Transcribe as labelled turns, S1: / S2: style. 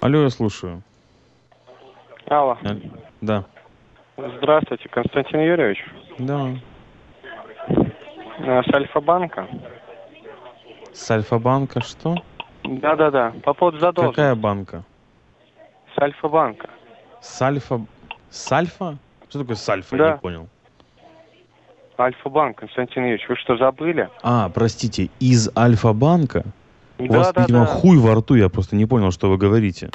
S1: Алло, я слушаю.
S2: Алло.
S1: Алло. Да.
S2: Здравствуйте, Константин Юрьевич.
S1: Да.
S2: Э, С Альфа-банка.
S1: С Альфа-банка что?
S2: Да-да-да, по поводу задолженности.
S1: Какая банка?
S2: С Альфа-банка.
S1: С Альфа... С Альфа? Что такое с Альфа? Я
S2: Да.
S1: не понял.
S2: Альфа-банк, Константин Юрьевич, вы что, забыли?
S1: А, простите, из Альфа-банка? У вас,
S2: Да-да-да.
S1: видимо, хуй во рту, я просто не понял, что вы говорите.